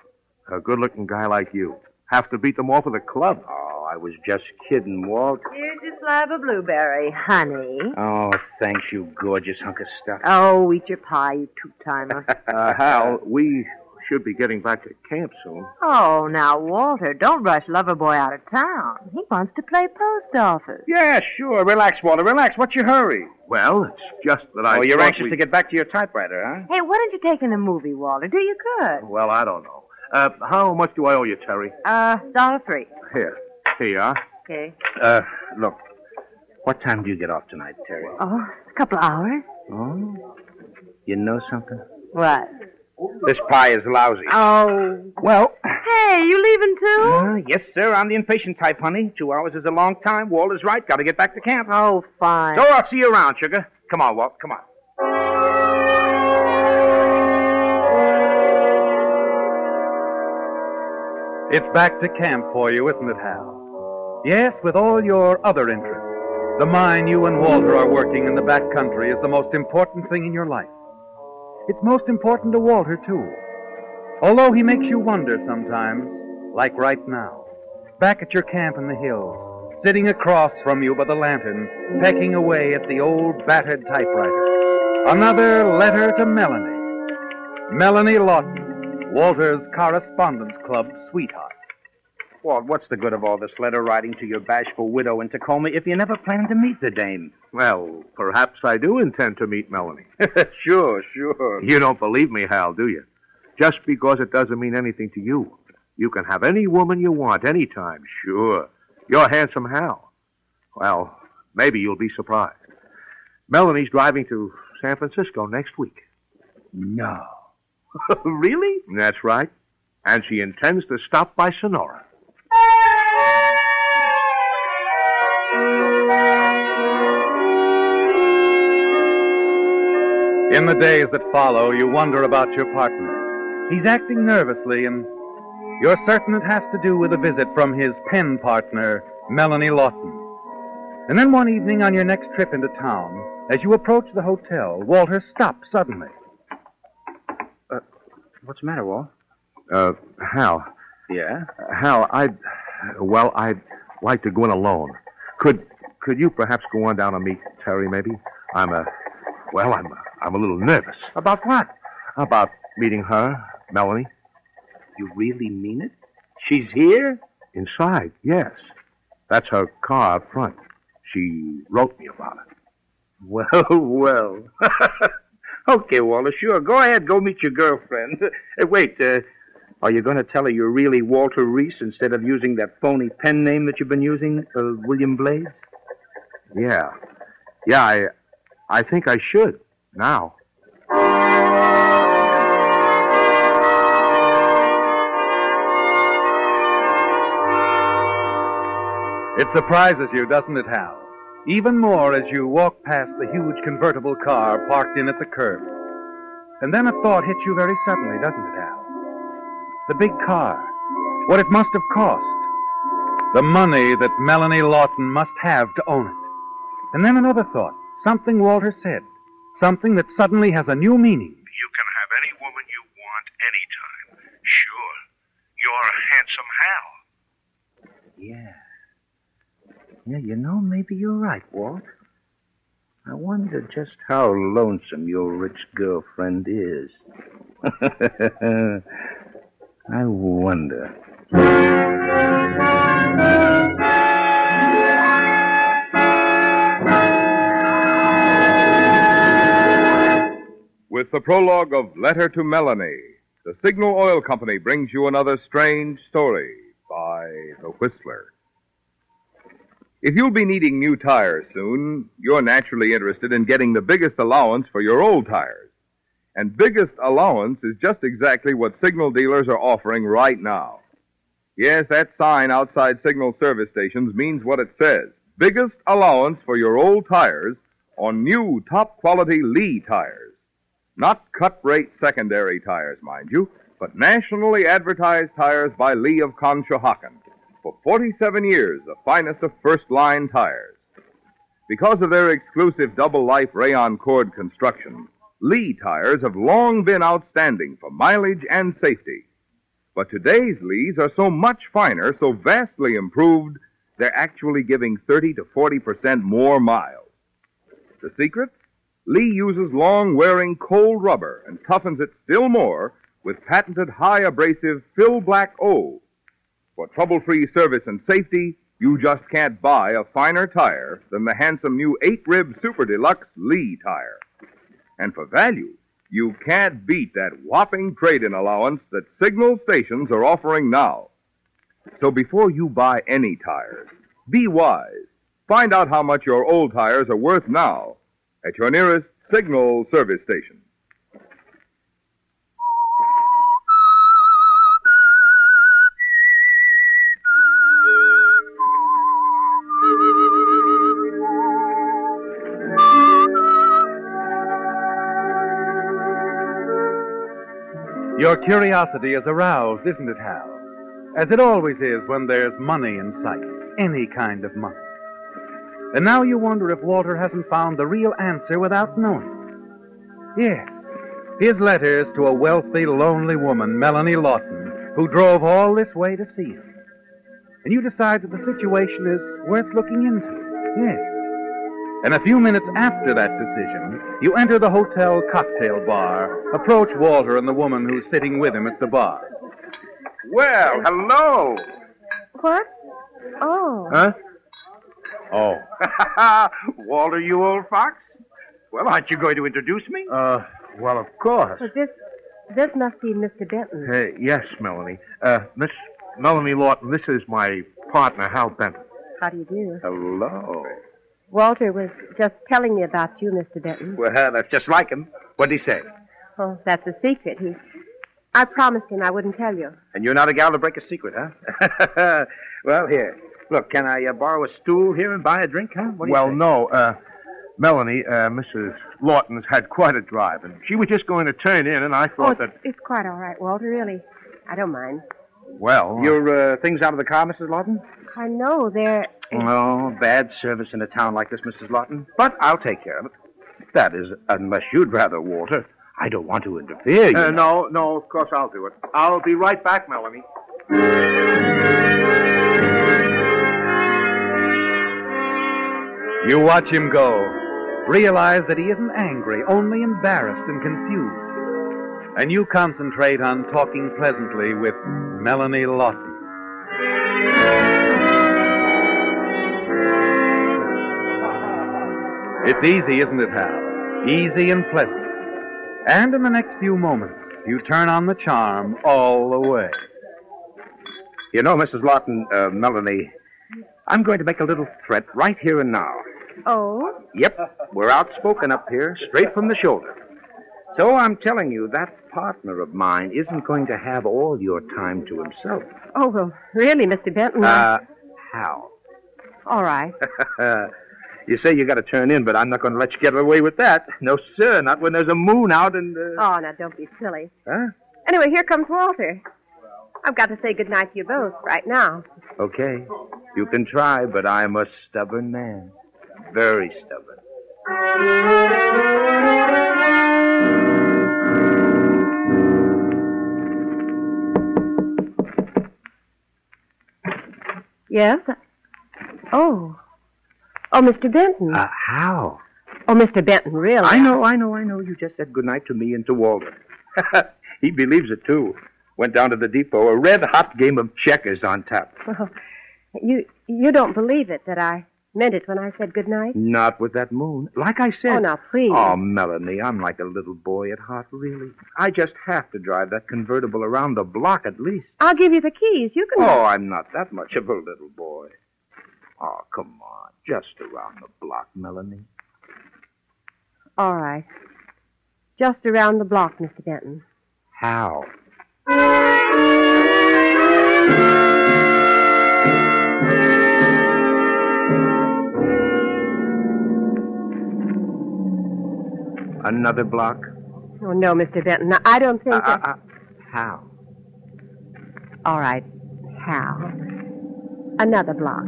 S17: A good-looking guy like you have to beat them off at the club.
S20: Oh, I was just kidding, Walt.
S19: Here's your slab of blueberry, honey.
S20: Oh, thanks, you gorgeous hunk of stuff.
S19: Oh, eat your pie, you two-timer.
S17: Uh, Hal, we should be getting back to camp soon.
S19: oh, now, Walter, don't rush Loverboy out of town. He wants to play post office.
S20: Yeah, sure. Relax, Walter. Relax. What's your hurry?
S17: Well, it's just that I.
S20: oh, you're
S17: thought
S20: anxious
S17: we-
S20: to get back to your typewriter, huh?
S19: Hey, why don't you take in a movie, Walter? Do you could.
S17: Well, I don't know. Uh, how much do I owe you, Terry?
S19: Uh, dollar three.
S17: Here, here you are.
S19: Okay.
S20: Uh, look. What time do you get off tonight, Terry?
S19: Oh, a couple of hours.
S20: Oh. You know something?
S19: What?
S20: This pie is lousy.
S19: Oh.
S20: Well. Uh,
S19: Hey, you leaving too?
S20: yes, sir. I'm the impatient type, honey. Two hours is a long time. Walter's right. Got to get back to camp.
S19: Oh, fine.
S20: So I'll see you around, sugar. Come on, Walt. Come on.
S10: It's back to camp for you, isn't it, Hal? Yes, with all your other interests. The mine you and Walter are working in the back country is the most important thing in your life. It's most important to Walter, too. Although he makes you wonder sometimes, like right now, back at your camp in the hills, sitting across from you by the lantern, pecking away at the old battered typewriter. Another letter to Melanie. Melanie Lawton, Walter's Correspondence Club sweetheart.
S20: Walt, what's the good of all this letter writing to your bashful widow in Tacoma if you never plan to meet the dame?
S17: Well, perhaps I do intend to meet Melanie.
S20: sure, sure.
S17: You don't believe me, Hal, do you? Just because it doesn't mean anything to you. You can have any woman you want, anytime, sure. You're handsome Hal. Well, maybe you'll be surprised. Melanie's driving to San Francisco next week.
S20: No. really?
S17: That's right. And she intends to stop by Sonora.
S10: In the days that follow, you wonder about your partner. He's acting nervously, and you're certain it has to do with a visit from his pen partner, Melanie Lawton. And then one evening on your next trip into town, as you approach the hotel, Walter stops suddenly.
S20: Uh, What's the matter, Walt?
S17: Uh, Hal.
S20: Yeah?
S21: Uh,
S17: Hal, I'd. Well, I'd like to go in alone.
S21: Could could you perhaps go on down and meet Terry? Maybe I'm a well, I'm I'm a little nervous
S20: About what?
S21: about meeting her, Melanie.
S20: You really mean it? She's here?
S21: Inside, yes. That's her car out front. She wrote me about it.
S20: Well, well. okay, Walter, sure. Go ahead, go meet your girlfriend. Hey, Wait, uh, are you going to tell her you're really Walter Reese instead of using that phony pen name that you've been using, uh, William Blades?
S21: Yeah. Yeah, I I think I should now.
S10: It surprises you, doesn't it, Hal? Even more as you walk past the huge convertible car parked in at the curb. And then a thought hits you very suddenly, doesn't it, Hal? The big car. What it must have cost. The money that Melanie Lawton must have to own it. And then another thought. Something Walter said. Something that suddenly has a new meaning.
S22: You can have any woman you want anytime. Sure. You're handsome Hal.
S20: Yeah. Yeah, you know, maybe you're right, Walt. I wonder just how lonesome your rich girlfriend is. I wonder.
S18: With the prologue of Letter to Melanie, the Signal Oil Company brings you another strange story by The Whistler. If you'll be needing new tires soon, you're naturally interested in getting the biggest allowance for your old tires. And biggest allowance is just exactly what signal dealers are offering right now. Yes, that sign outside signal service stations means what it says. Biggest allowance for your old tires on new top quality Lee tires. Not cut rate secondary tires, mind you, but nationally advertised tires by Lee of Conshohocken. For 47 years, the finest of first line tires. Because of their exclusive double life rayon cord construction, Lee tires have long been outstanding for mileage and safety. But today's Lees are so much finer, so vastly improved, they're actually giving 30 to 40% more miles. The secret? Lee uses long wearing cold rubber and toughens it still more with patented high abrasive Fill Black O. For trouble free service and safety, you just can't buy a finer tire than the handsome new 8 rib Super Deluxe Lee tire. And for value, you can't beat that whopping trade in allowance that signal stations are offering now. So before you buy any tires, be wise. Find out how much your old tires are worth now at your nearest signal service station.
S10: Your curiosity is aroused, isn't it, Hal? As it always is when there's money in sight, any kind of money. And now you wonder if Walter hasn't found the real answer without knowing. it. Yes, his letters to a wealthy, lonely woman, Melanie Lawton, who drove all this way to see him. And you decide that the situation is worth looking into. Yes. And a few minutes after that decision, you enter the hotel cocktail bar, approach Walter and the woman who's sitting with him at the bar.
S20: Well, hello.
S8: What? Oh.
S20: Huh?
S2: Oh,
S20: Walter, you old fox. Well, aren't you going to introduce me?
S17: Uh, well, of course.
S8: Well, this, this must be Mr. Benton.
S17: Uh, yes, Melanie. Uh, Miss Melanie Lawton, this is my partner, Hal Benton.
S8: How do you do?
S17: Hello.
S8: Walter was just telling me about you, Mr. Benton.
S20: Well, that's just like him. What'd he say?
S8: Oh, that's a secret. He, I promised him I wouldn't tell you.
S20: And you're not a gal to break a secret, huh? well, here. Look, can I uh, borrow a stool here and buy a drink, huh? What do you
S17: Well,
S20: think?
S17: no, uh, Melanie, uh, Mrs. Lawton's had quite a drive, and she was just going to turn in, and I
S8: Oh,
S17: thought
S8: it's,
S17: that,
S8: it's quite all right, Walter, really. I don't mind.
S17: well,
S20: Your uh, things out of the car, Mrs. Lawton?
S8: I know they're.
S17: Mm.
S20: Oh, bad service in a town like this, Mrs. Lawton. But I'll take care of it. That is, unless you'd rather, Walter. I don't want to interfere. You
S17: Uh,
S20: know.
S17: no, no, of course I'll do it. I'll be right back, Melanie.
S10: You watch him go. Realize that he isn't angry, only embarrassed and confused. And you concentrate on talking pleasantly with Melanie Lawson. It's easy, isn't it, Hal? Easy and pleasant. And in the next few moments, you turn on the charm all the way.
S20: You know, Mrs. Lawton, uh, Melanie, I'm going to make a little threat right here and now.
S8: Oh?
S20: Yep, we're outspoken up here, straight from the shoulder. So I'm telling you, that partner of mine isn't going to have all your time to himself.
S8: Oh, well, really, Mr. Benton? I-
S20: Uh, how?
S8: All right.
S20: you say you got to turn in, but I'm not going to let you get away with that. No, sir, not when there's a moon out and. Uh...
S8: Oh, now don't be silly.
S20: Huh?
S8: Anyway, here comes Walter. I've got to say goodnight to you both right now.
S20: Okay. You can try, but I'm a stubborn man. Very stubborn.
S8: Yes? Oh. Oh, Mr. Benton.
S20: Uh, how?
S8: oh, Mr. Benton, really?
S20: I know, Oh, I know, I know. You just said goodnight to me and to Walter. he believes it, too. Went down to the depot, a red hot game of checkers on tap.
S8: Well, you you don't believe it that I meant it when I said goodnight?
S20: Not with that moon. Like I said.
S8: Oh, now, please.
S20: Oh, Melanie, I'm like a little boy at heart, really. I just have to drive that convertible around the block at least.
S8: I'll give you the keys. You can.
S20: Oh, I'm not that much of a little boy. Oh, come on. Just around the block, Melanie.
S8: All right. Just around the block, Mr. Benton.
S20: How? Another block? Uh,
S8: Oh, no, Mr. Benton. I don't think.
S20: Uh-uh.
S8: that-
S20: How?
S8: All right. Hal. Another block.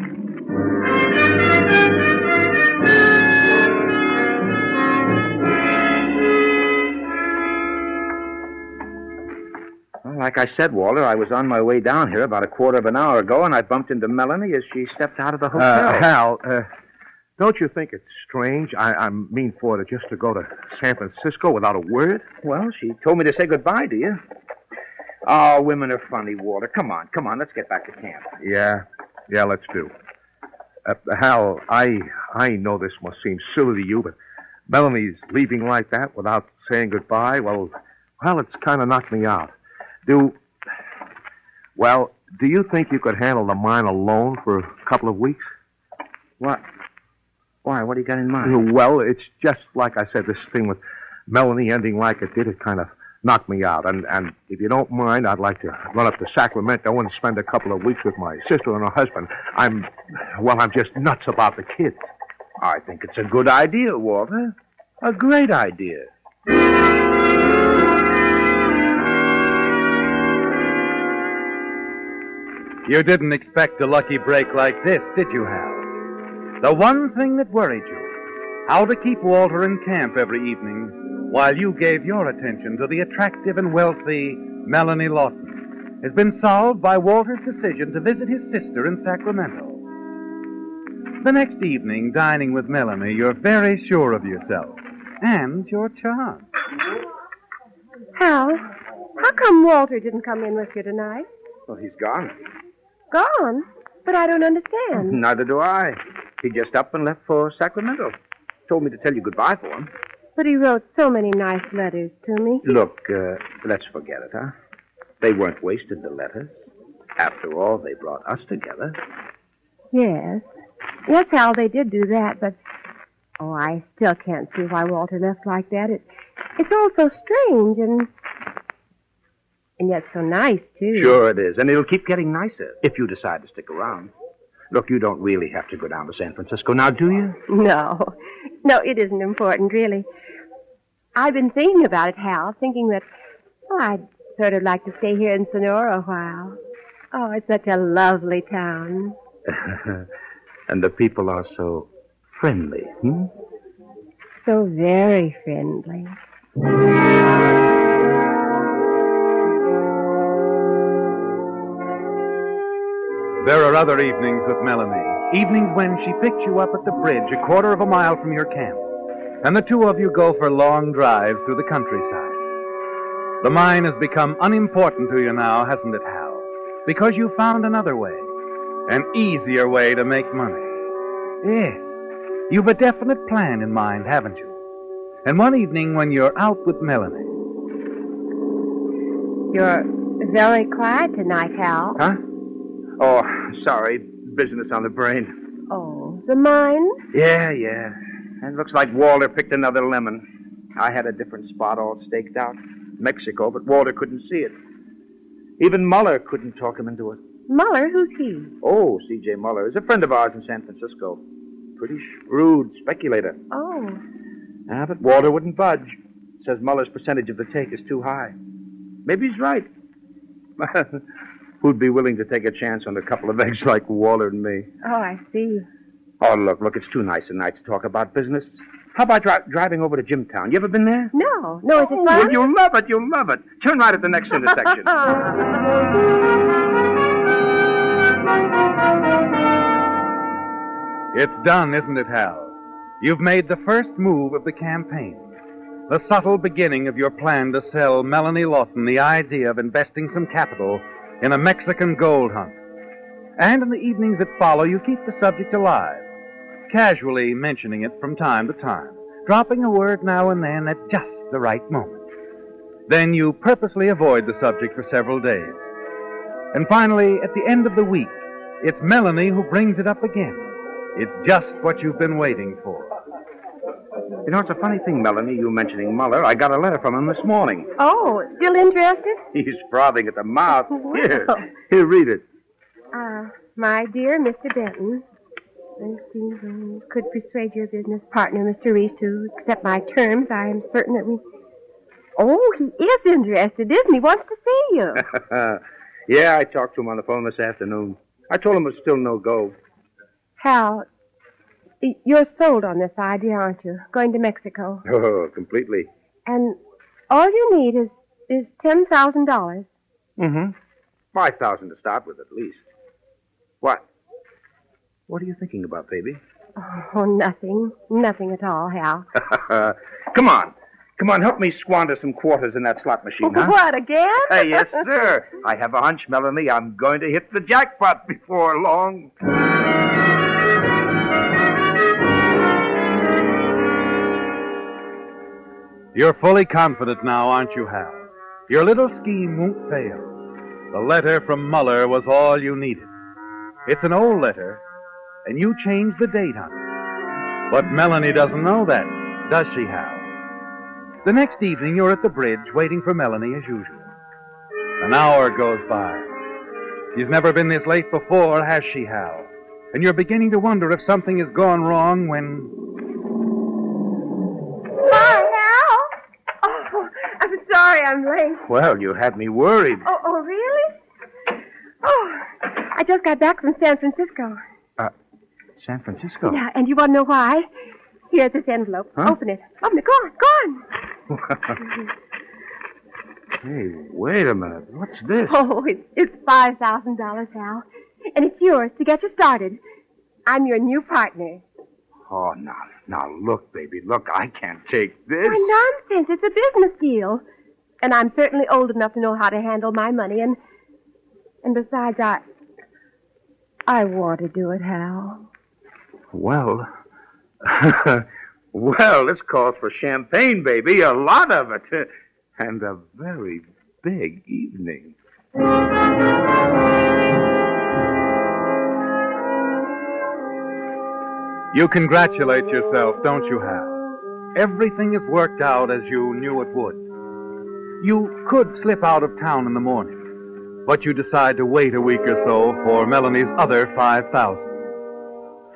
S20: Well, like I said, Walter, I was on my way down here about a quarter of an hour ago, and I bumped into Melanie as she stepped out of the hotel.
S17: Uh, Hal, uh, don't you think it's strange? I, I mean, for her just to go to San Francisco without a word?
S20: Well, she told me to say goodbye to you. Oh, women are funny, Walter. Come on, come on. Let's get back to camp.
S17: Yeah, yeah, let's do. Uh, Hal, I I know this must seem silly to you, but Melanie's leaving like that without saying goodbye. Well, well, it's kind of knocked me out. Do well. Do you think you could handle the mine alone for a couple of weeks?
S20: What? Why? What do you got in
S17: Well, it's just like I said. This thing with Melanie ending like it did, it kind of knocked me out. And and if you don't mind, I'd like to run up to Sacramento and spend a couple of weeks with my sister and her husband. I'm, well, I'm just nuts about the kids.
S20: I think it's a good idea, Walter. A great idea.
S10: You didn't expect a lucky break like this, did you, Hal? The one thing that worried you how to keep Walter in camp every evening while you gave your attention to the attractive and wealthy Melanie Lawton has been solved by Walter's decision to visit his sister in Sacramento. The next evening, dining with Melanie, you're very sure of yourself and your charm.
S8: Hal, how come Walter didn't come in with you tonight?
S20: Well, he's gone.
S8: Gone? But I don't understand.
S20: Neither do I. He just up and left for Sacramento. Told me to tell you goodbye for him.
S8: But he wrote so many nice letters to me.
S20: Look, uh, let's forget it, huh? They weren't wasted, the letters. After all, they brought us together.
S8: Yes. Yes, Hal, they did do that, but oh, I still can't see why Walter left like that. It it's all so strange and and yet so nice too.
S20: Sure it is, and it'll keep getting nicer if you decide to stick around. Look, you don't really have to go down to San Francisco now, do you?
S8: No. No, it isn't important, really. I've been thinking about it, Hal, thinking that oh, I'd sort of like to stay here in Sonora a while. Oh, it's such a lovely town.
S20: and the people are so friendly, hmm?
S8: So very friendly.
S10: There are other evenings with Melanie, Evenings when she picks you up at the bridge a quarter of a mile from your camp, and the two of you go for long drives through the countryside. The mine has become unimportant to you now, hasn't it, Hal? Because you found another way, an easier way to make money. Yes, you've a definite plan in mind, haven't you? And one evening when you're out with Melanie,
S8: You're very quiet tonight, Hal.
S20: Huh? Oh, sorry. Business on the brain.
S8: Oh, the mine?
S20: Yeah, yeah. And looks like Walter picked another lemon. I had a different spot all staked out. Mexico, but Walter couldn't see it. Even Muller couldn't talk him into it.
S8: Muller, who's he?
S20: Oh, C.J. Muller is a friend of ours in San Francisco. Pretty shrewd speculator.
S8: Oh,
S20: Ah, but Walter wouldn't budge. Says Muller's percentage of the take is too high. Maybe he's right. Who'd be willing to take a chance on a couple of eggs like Walter and me?
S8: oh, I see.
S20: Oh, look, look, it's too nice a night to talk about business. How about dri- driving over to Jimtown? You ever been there?
S8: No, no, is it fun?
S20: Oh, well, you'll love it, you'll love it. Turn right at the next intersection.
S10: It's done, isn't it, Hal? You've made the first move of the campaign. The subtle beginning of your plan to sell Melanie Lawson the idea of investing some capital in a Mexican gold hunt. And in the evenings that follow, you keep the subject alive, casually mentioning it from time to time, dropping a word now and then at just the right moment. Then you purposely avoid the subject for several days. And finally, at the end of the week, it's Melanie who brings it up again. It's just what you've been waiting for.
S20: You know, it's a funny thing, Melanie, you mentioning Muller. I got a letter from him this morning.
S8: Oh, still interested?
S20: He's frothing at the mouth. Here,
S8: Wow.
S20: here, read it.
S8: Ah, my dear Mr. Benton, I think I could persuade your business partner, Mr. Reese, to accept my terms. I am certain that we. Oh, he is interested, isn't he? Wants to see you.
S20: yeah, I talked to him on the phone this afternoon. I told him it's still no go.
S8: Hal, y- you're sold on this idea, aren't you? Going to Mexico.
S20: Oh, completely.
S8: And all you need is, is $10,000.
S20: Mm-hmm. Five thousand to start with, at least. What? What are you thinking about, baby?
S8: Oh, nothing. Nothing at all, Hal.
S20: Come on. Come on, help me squander some quarters in that slot machine, huh?
S8: What, again?
S20: Hey, yes, sir. I have a hunch, Melanie, I'm going to hit the jackpot before long.
S10: You're fully confident now, aren't you, Hal? Your little scheme won't fail. The letter from Muller was all you needed. It's an old letter, and you changed the date on it. But Melanie doesn't know that, does she, Hal? The next evening, you're at the bridge waiting for Melanie as usual. An hour goes by. She's never been this late before, has she, Hal? And you're beginning to wonder if something has gone wrong when
S8: Hi, Hal. Oh, I'm sorry I'm late.
S20: Well, you had me worried.
S8: Oh, oh, really? Oh, I just got back from San Francisco.
S20: San Francisco.
S8: Yeah, and you want to know why? Here's this envelope.
S20: Oh. Huh?
S8: Open it. Open it. Go on, go
S20: hey, wait a minute. What's
S8: on. Oh, it's, it's five thousand dollars, Hal, and it's yours to get you started. I'm your new partner.
S20: Oh, now, now look, baby, look. I can't take this.
S8: Why nonsense! It's a business deal, and I'm certainly old enough to know how to handle my money. And and besides, I I want to do it, Hal.
S20: Well, well, this calls for champagne, baby. A lot of it. And a very big evening.
S10: You congratulate yourself, don't you, Hal? Everything has worked out as you knew it would. You could slip out of town in the morning, but you decide to wait a week or so for Melanie's other 5,000.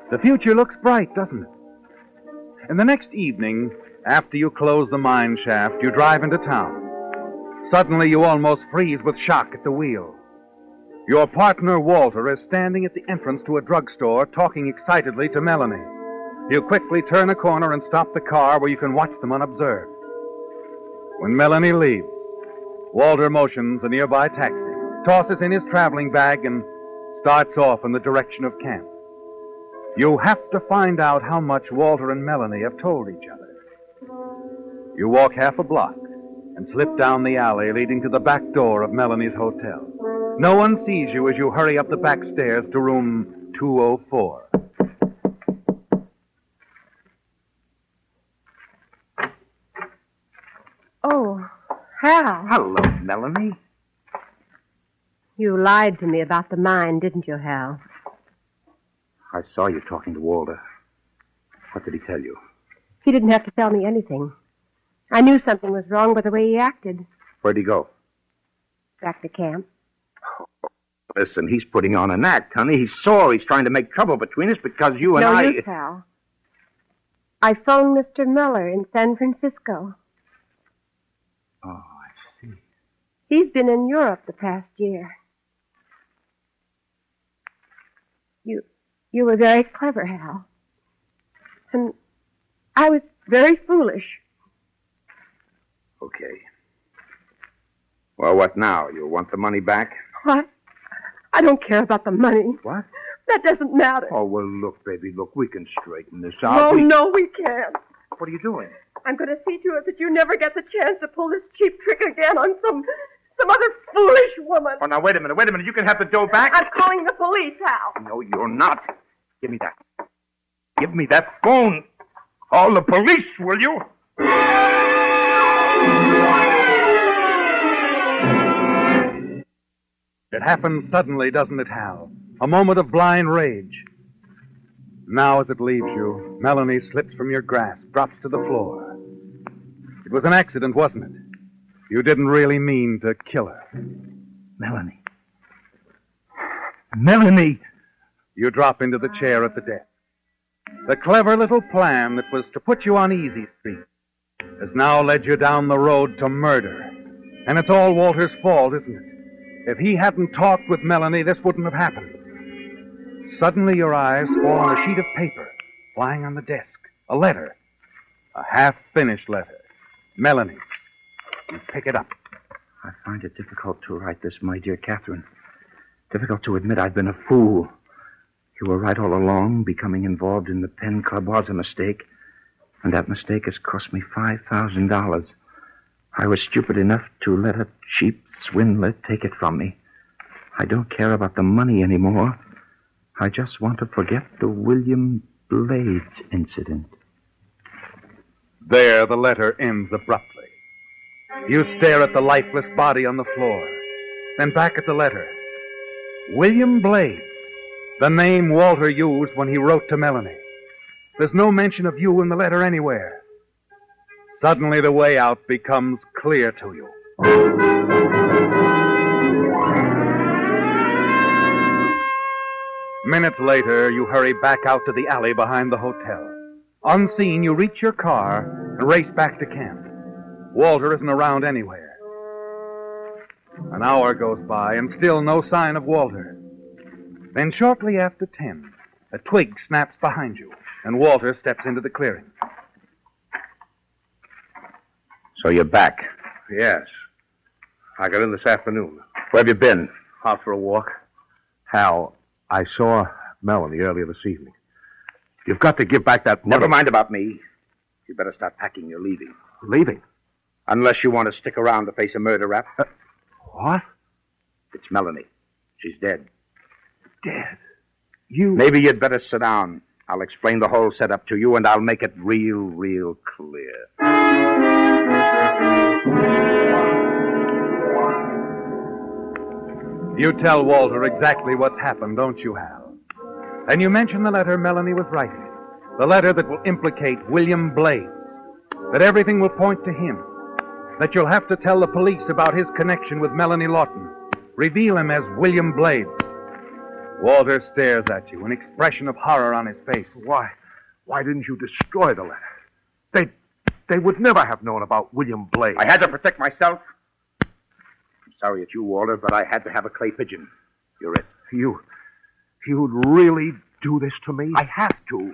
S10: The future looks bright, doesn't it? And the next evening, after you close the mine shaft, you drive into town. Suddenly, you almost freeze with shock at the wheel. Your partner, Walter, is standing at the entrance to a drugstore talking excitedly to Melanie. You quickly turn a corner and stop the car where you can watch them unobserved. When Melanie leaves, Walter motions a nearby taxi, tosses in his traveling bag, and starts off in the direction of camp. You have to find out how much Walter and Melanie have told each other. You walk half a block and slip down the alley leading to the back door of Melanie's hotel. No one sees you as you hurry up the back stairs to room 204.
S8: Oh, Hal,
S5: Hello, Melanie.
S8: you lied to me about the mine, didn't you, Hal?
S5: I saw you talking to Walter. What did he tell you?
S8: He didn't have to tell me anything. I knew something was wrong by the way he acted.
S5: Where'd he go?
S8: Back to camp.
S5: Listen, he's putting on an act, honey. He's sore. He's trying to make trouble between us because you and
S8: no
S5: I.
S8: use, Hal. I phoned Mr. Miller in San Francisco.
S10: Ah,
S5: Oh,
S8: He's been in Europe the past year. You, you were very clever, Hal. And I was very foolish.
S5: okay. Well, what now? You want the money back?
S8: What? I don't care about the money.
S5: What?
S8: That doesn't matter.
S5: Oh, well, look, baby, look, we can straighten this out.
S8: Oh,
S5: We-
S8: no, we can't.
S5: What are you doing?
S8: I'm going to see to it that you never get the chance to pull this cheap trick again on some some other foolish woman.
S5: Oh, now, wait a minute, wait a minute. You can have the dough back.
S8: I'm calling the police, Hal.
S5: No, you're not. Give me that. Give me that phone. Call the police, will you?
S10: It happens suddenly, doesn't it, Hal? A moment of blind rage. Now, as it leaves you, Melanie slips from your grasp, drops to the floor. It was an accident, wasn't it? You didn't really mean to kill her.
S5: Melanie. Melanie!
S10: You drop into the chair at the desk. The clever little plan that was to put you on easy street has now led you down the road to murder. And it's all Walter's fault, isn't it? If he hadn't talked with Melanie, this wouldn't have happened. Suddenly, your eyes fall on a sheet of paper lying on the desk. A letter. A half finished letter. Melanie. You pick it up.
S20: I find it difficult to write this, my dear Catherine. Difficult to admit I've been a fool. You were right all along. Becoming involved in the pen club was a mistake. And that mistake has cost me $5,000. I was stupid enough to let a cheap swindler take it from me. I don't care about the money anymore. I just want to forget the William Blades incident.
S10: There, the letter ends abruptly. You stare at the lifeless body on the floor, then back at the letter. William Blades, the name Walter used when he wrote to Melanie. There's no mention of you in the letter anywhere. Suddenly, the way out becomes clear to you. Minutes later, you hurry back out to the alley behind the hotel. Unseen, you reach your car and race back to camp. Walter isn't around anywhere. An hour goes by and still no sign of Walter. Then, shortly after 10, a twig snaps behind you, and Walter steps into the clearing.
S5: So you're back.
S17: Yes. I got in this afternoon.
S5: Where have you been?
S17: Out for a walk. Hal, I saw Melanie earlier this evening. You've got to give back that money.
S20: Never mind about me. You better start packing. You're leaving.
S17: Leaving.
S20: Unless you want to stick around to face a murder rap.
S17: Uh, What?
S20: It's Melanie. She's dead.
S17: Dead. You.
S20: Maybe you'd better sit down. I'll explain the whole setup to you, and I'll make it real, real clear.
S10: You tell Walter exactly what's happened, don't you, Hal? And you mention the letter Melanie was writing. The letter that will implicate William Blades. That everything will point to him. That you'll have to tell the police about his connection with Melanie Lawton. Reveal him as William Blades. Walter stares at you, an expression of horror on his face.
S17: Why? Why didn't you destroy the letter? They. They would never have known about William Blake.
S20: I had to protect myself. I'm sorry at you, Walter, but I had to have a clay pigeon. You're it.
S17: You. You'd really do this to me?
S20: I have to.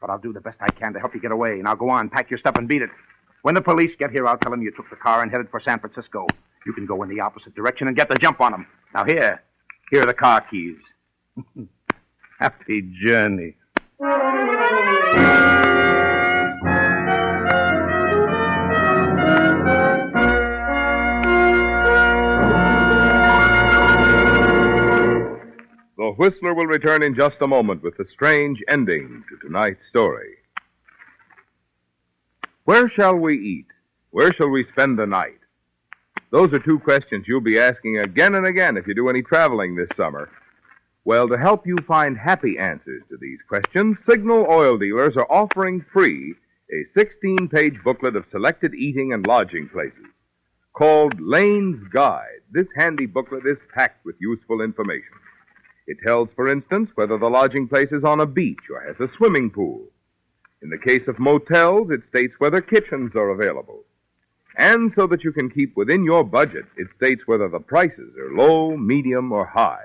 S20: But I'll do the best I can to help you get away. Now go on, pack your stuff and beat it. When the police get here, I'll tell them you took the car and headed for San Francisco. You can go in the opposite direction and get the jump on them. Now here, here are the car keys. Happy journey.
S19: Oh.
S18: The Whistler will return in just a moment with the strange ending to tonight's story. Where shall we eat? Where shall we spend the night? Those are two questions you'll be asking again and again if you do any traveling this summer. Well, to help you find happy answers to these questions, Signal Oil Dealers are offering free a 16 page booklet of selected eating and lodging places called Lane's Guide. This handy booklet is packed with useful information. It tells, for instance, whether the lodging place is on a beach or has a swimming pool. In the case of motels, it states whether kitchens are available. And so that you can keep within your budget, it states whether the prices are low, medium, or high.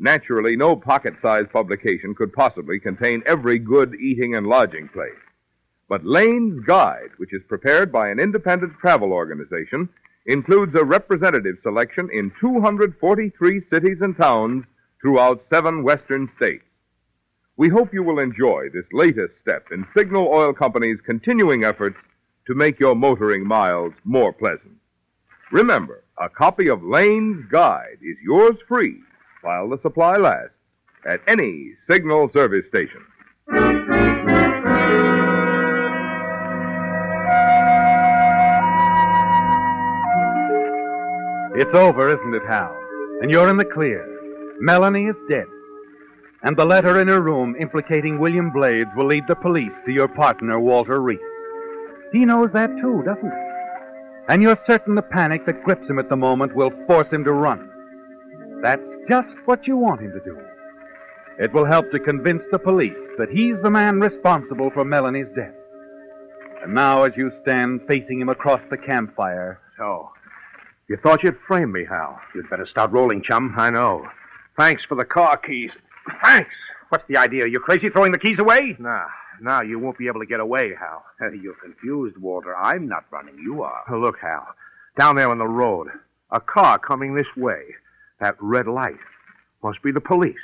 S18: Naturally, no pocket sized publication could possibly contain every good eating and lodging place. But Lane's Guide, which is prepared by an independent travel organization, includes a representative selection in 243 cities and towns throughout seven western states. We hope you will enjoy this latest step in Signal Oil Company's continuing efforts to make your motoring miles more pleasant. Remember, a copy of Lane's Guide is yours free while the supply lasts at any Signal service station.
S10: It's over, isn't it, Hal? And you're in the clear. Melanie is dead. And the letter in her room implicating William Blades will lead the police to your partner, Walter Reese. He knows that too, doesn't he? And you're certain the panic that grips him at the moment will force him to run. That's just what you want him to do. It will help to convince the police that he's the man responsible for Melanie's death. And now, as you stand facing him across the campfire,
S17: So, Oh. you thought you'd frame me, Hal. You'd better start rolling, chum. I know. Thanks for the car keys. Thanks. What's the idea? You crazy throwing the keys away? Nah, nah, you won't be able to get away, Hal.
S20: You're confused, Walter. I'm not running. You are.
S17: Oh, Look, Hal. Down there on the road, a car coming this way. That red light. Must be the police.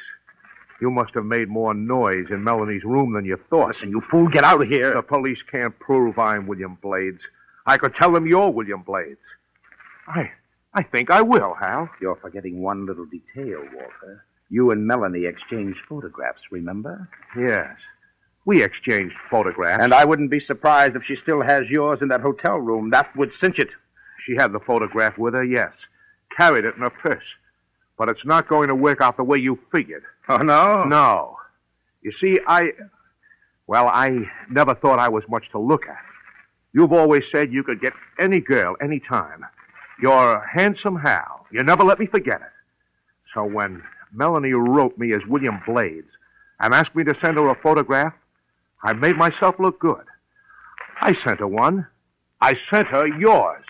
S17: You must have made more noise in Melanie's room than you thought. Listen, you fool, get out of here. The police can't prove I'm William Blades. I could tell them you're William Blades. I I think I will, Hal.
S20: You're forgetting one little detail, Walter. You and Melanie exchanged photographs, remember?
S17: Yes. We exchanged photographs.
S20: And I wouldn't be surprised if she still has yours in that hotel room. That would cinch it.
S17: She had the photograph with her, yes. Carried it in her purse. But it's not going to work out the way you figured.
S20: Oh, no?
S17: No. You see, I. Well, I never thought I was much to look at. You've always said you could get any girl any time. You're a handsome Hal. You never let me forget it. So when Melanie wrote me as William Blades and asked me to send her a photograph, I made myself look good. I sent her one. I sent her yours.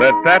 S18: Let that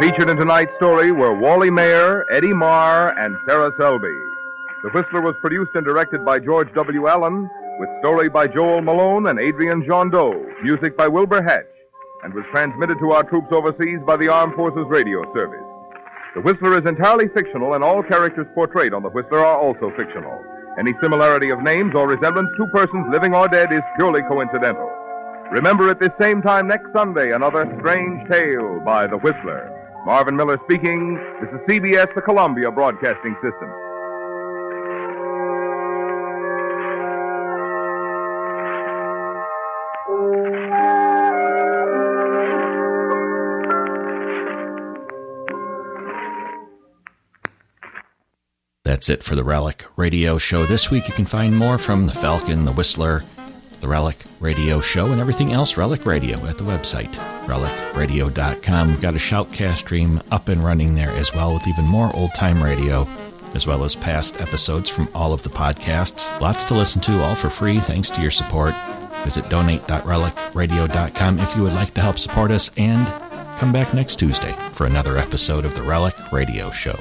S18: Featured in tonight's story were Wally Mayer, Eddie Marr, and Sarah Selby. The Whistler was produced and directed by George W. Allen, with story by Joel Malone and Adrian Jondeau, music by Wilbur Hatch, and was transmitted to our troops overseas by the Armed Forces Radio Service. The Whistler is entirely fictional, and all characters portrayed on The Whistler are also fictional. Any similarity of names or resemblance to persons living or dead is purely coincidental. Remember at this same time next Sunday, another strange tale by The Whistler. Marvin Miller speaking. This is CBS, the Columbia Broadcasting System.
S2: That's it for the Relic Radio Show this week. You can find more from The Falcon, The Whistler, The Relic Radio Show, and everything else Relic Radio at the website, relicradio.com. We've got a shoutcast stream up and running there as well with even more old time radio, as well as past episodes from all of the podcasts. Lots to listen to, all for free, thanks to your support. Visit donate.relicradio.com if you would like to help support us, and come back next Tuesday for another episode of The Relic Radio Show.